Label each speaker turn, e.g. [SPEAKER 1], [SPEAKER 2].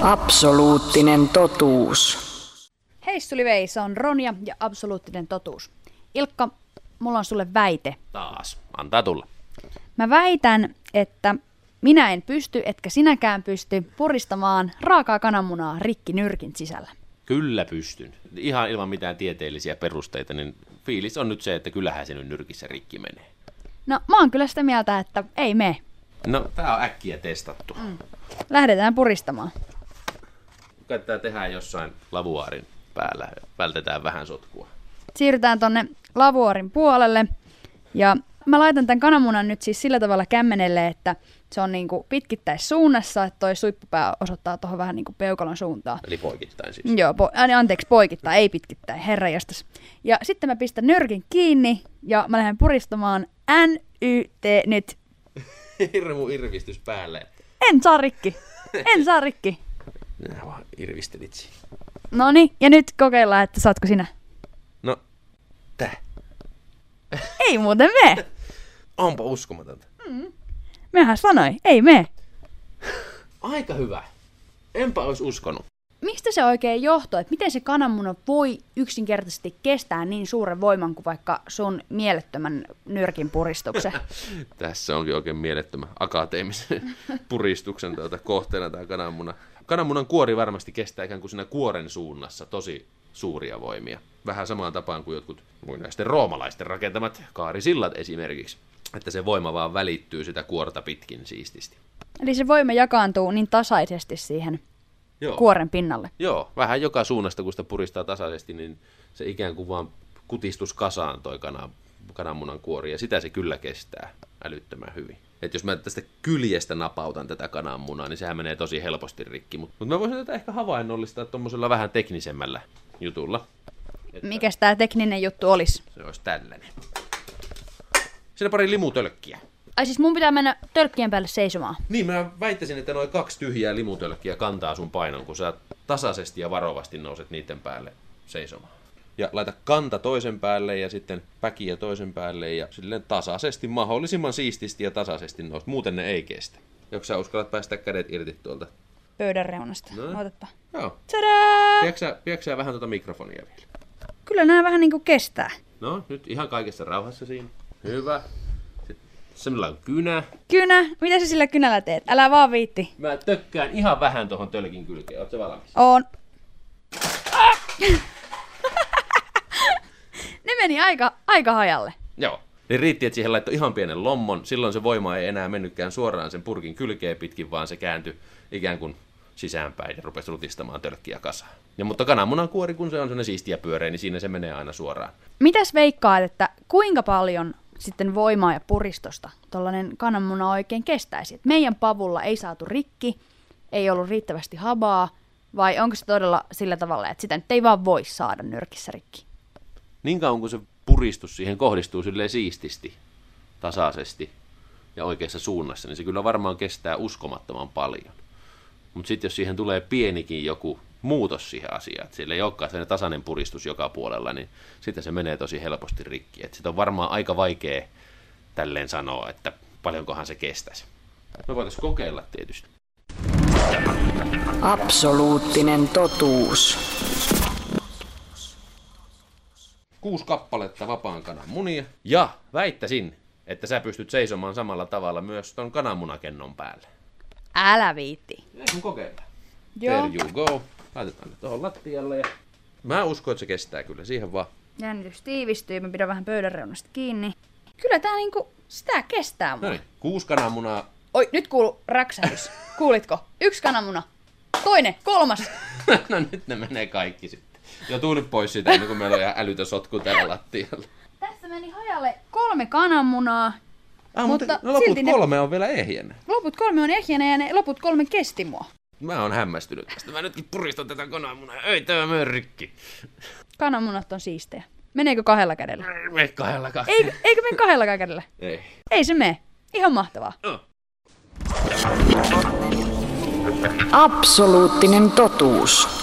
[SPEAKER 1] Absoluuttinen totuus.
[SPEAKER 2] Hei tuli Vei, se on Ronja ja absoluuttinen totuus. Ilkka, mulla on sulle väite.
[SPEAKER 3] Taas. Antaa tulla.
[SPEAKER 2] Mä väitän, että minä en pysty, etkä sinäkään pysty puristamaan raakaa kananmunaa rikki nyrkin sisällä.
[SPEAKER 3] Kyllä pystyn. Ihan ilman mitään tieteellisiä perusteita, niin fiilis on nyt se, että kyllähän se nyt nyrkissä rikki menee.
[SPEAKER 2] No, mä oon kyllä sitä mieltä, että ei me.
[SPEAKER 3] No, tää on äkkiä testattu. Mm.
[SPEAKER 2] Lähdetään puristamaan.
[SPEAKER 3] Kai tää tehdään jossain lavuaarin päällä. Vältetään vähän sotkua.
[SPEAKER 2] Siirrytään tonne lavuorin puolelle. Ja mä laitan tämän kananmunan nyt siis sillä tavalla kämmenelle, että se on niinku pitkittäissuunnassa, että toi suippupää osoittaa tuohon vähän niinku peukalon suuntaan.
[SPEAKER 3] Eli poikittain siis.
[SPEAKER 2] Joo, po- ää, anteeksi, poikittain, ei pitkittäin, herra jostas. Ja sitten mä pistän nyrkin kiinni ja mä lähden puristamaan NYT nyt.
[SPEAKER 3] Hirmu irvistys päälle.
[SPEAKER 2] En saa rikki, en saa rikki.
[SPEAKER 3] Nää vaan irvistelit siinä.
[SPEAKER 2] No niin, ja nyt kokeillaan, että saatko sinä.
[SPEAKER 3] No, täh.
[SPEAKER 2] Ei muuten mene.
[SPEAKER 3] Onpa uskomatonta.
[SPEAKER 2] Mehän sanoi, ei mene.
[SPEAKER 3] Aika hyvä. Enpä olisi uskonut.
[SPEAKER 2] Mistä se oikein johtuu, että miten se kananmuna voi yksinkertaisesti kestää niin suuren voiman kuin vaikka sun mielettömän nyrkin puristuksen?
[SPEAKER 3] Tässä onkin oikein mielettömän akateemisen puristuksen tuota kohteena tämä kananmuna. Kananmunan kuori varmasti kestää ikään kuin siinä kuoren suunnassa tosi suuria voimia. Vähän samaan tapaan kuin jotkut muinaisten roomalaisten rakentamat kaarisillat esimerkiksi. Että se voima vaan välittyy sitä kuorta pitkin siististi.
[SPEAKER 2] Eli se voima jakaantuu niin tasaisesti siihen
[SPEAKER 3] Joo.
[SPEAKER 2] kuoren pinnalle.
[SPEAKER 3] Joo, vähän joka suunnasta, kun sitä puristaa tasaisesti, niin se ikään kuin vaan kutistus kasaan toi kana, kananmunan kuori, ja sitä se kyllä kestää älyttömän hyvin. Et jos mä tästä kyljestä napautan tätä kananmunaa, niin sehän menee tosi helposti rikki. Mutta mut mä voisin tätä ehkä havainnollistaa tuommoisella vähän teknisemmällä jutulla.
[SPEAKER 2] Mikäs tämä tekninen juttu olisi?
[SPEAKER 3] Se olisi tällainen. Siinä pari limutölkkiä.
[SPEAKER 2] Ai siis mun pitää mennä tölkkien päälle seisomaan.
[SPEAKER 3] Niin, mä väittäisin, että noin kaksi tyhjää limutölkkiä kantaa sun painon, kun sä tasaisesti ja varovasti nouset niiden päälle seisomaan. Ja laita kanta toisen päälle ja sitten päkiä toisen päälle ja silleen tasaisesti, mahdollisimman siististi ja tasaisesti nouset. Muuten ne ei kestä. Jos sä uskallat päästä kädet irti tuolta.
[SPEAKER 2] Pöydän reunasta.
[SPEAKER 3] No.
[SPEAKER 2] No. Otapa.
[SPEAKER 3] Joo.
[SPEAKER 2] Tadaa!
[SPEAKER 3] Pidätkö sä- Pidätkö sä vähän tuota mikrofonia vielä?
[SPEAKER 2] Kyllä nämä vähän niinku kestää.
[SPEAKER 3] No, nyt ihan kaikessa rauhassa siinä. Hyvä. Sitten Semmoilla on kynä.
[SPEAKER 2] Kynä, mitä sä sillä kynällä teet? Älä vaan viitti.
[SPEAKER 3] Mä tökkään ihan vähän tuohon tölkin kylkeen. Oot sä valmis?
[SPEAKER 2] On. ne meni aika, aika hajalle.
[SPEAKER 3] Joo. Niin riitti, että siihen laittoi ihan pienen lommon. Silloin se voima ei enää mennytkään suoraan sen purkin kylkeen pitkin, vaan se kääntyi ikään kuin sisäänpäin ja rupesi rutistamaan tölkkiä kasaan. Ja mutta kananmunan kuori, kun se on sellainen siistiä pyöreä, niin siinä se menee aina suoraan.
[SPEAKER 2] Mitäs veikkaat, että kuinka paljon sitten voimaa ja puristosta tuollainen kananmuna oikein kestäisi? Et meidän pavulla ei saatu rikki, ei ollut riittävästi habaa, vai onko se todella sillä tavalla, että sitä nyt ei vaan voi saada nyrkissä rikki?
[SPEAKER 3] Niin kauan kuin se puristus siihen kohdistuu silleen siististi, tasaisesti ja oikeassa suunnassa, niin se kyllä varmaan kestää uskomattoman paljon. Mutta sitten jos siihen tulee pienikin joku muutos siihen asiaan, että sillä ei olekaan sellainen tasainen puristus joka puolella, niin sitten se menee tosi helposti rikki. Et sitä on varmaan aika vaikea tälleen sanoa, että paljonkohan se kestäisi. Me voitaisiin kokeilla tietysti.
[SPEAKER 1] Absoluuttinen totuus.
[SPEAKER 3] kuusi kappaletta vapaan kanan munia. Ja väittäisin, että sä pystyt seisomaan samalla tavalla myös ton kananmunakennon päälle.
[SPEAKER 2] Älä viitti.
[SPEAKER 3] Ei kun kokeillaan. There you go. Laitetaan ne tuohon lattialle ja... Mä uskon, että se kestää kyllä. Siihen vaan.
[SPEAKER 2] Jännitys tiivistyy, mä pidän vähän pöydän reunasta kiinni. Kyllä tää niinku, sitä kestää mua.
[SPEAKER 3] No niin, kuusi kananmunaa.
[SPEAKER 2] Oi, nyt kuuluu räksähdys. Kuulitko? Yksi kananmuna. Toinen, kolmas.
[SPEAKER 3] no nyt ne menee kaikki sitten. Ja tuu nyt pois siitä, ennen kuin meillä on ihan älytön sotku täällä lattialla.
[SPEAKER 2] Tässä meni hajalle kolme kananmunaa.
[SPEAKER 3] Ah,
[SPEAKER 2] Mutta
[SPEAKER 3] mutta, no loput
[SPEAKER 2] silti ne-
[SPEAKER 3] kolme on vielä ehjänä.
[SPEAKER 2] Loput kolme on ehjänä ja ne loput kolme kesti mua.
[SPEAKER 3] Mä oon hämmästynyt tästä. Mä nytkin puristan tätä kananmunaa. Ei tämä myö rikki.
[SPEAKER 2] Kananmunat on siistejä. Meneekö kahdella kädellä?
[SPEAKER 3] Me kahdella kaksi.
[SPEAKER 2] Eikö, eikö mene kahdella kädellä?
[SPEAKER 3] Ei.
[SPEAKER 2] Ei se mene. Ihan mahtavaa.
[SPEAKER 3] Oh.
[SPEAKER 1] Absoluuttinen totuus.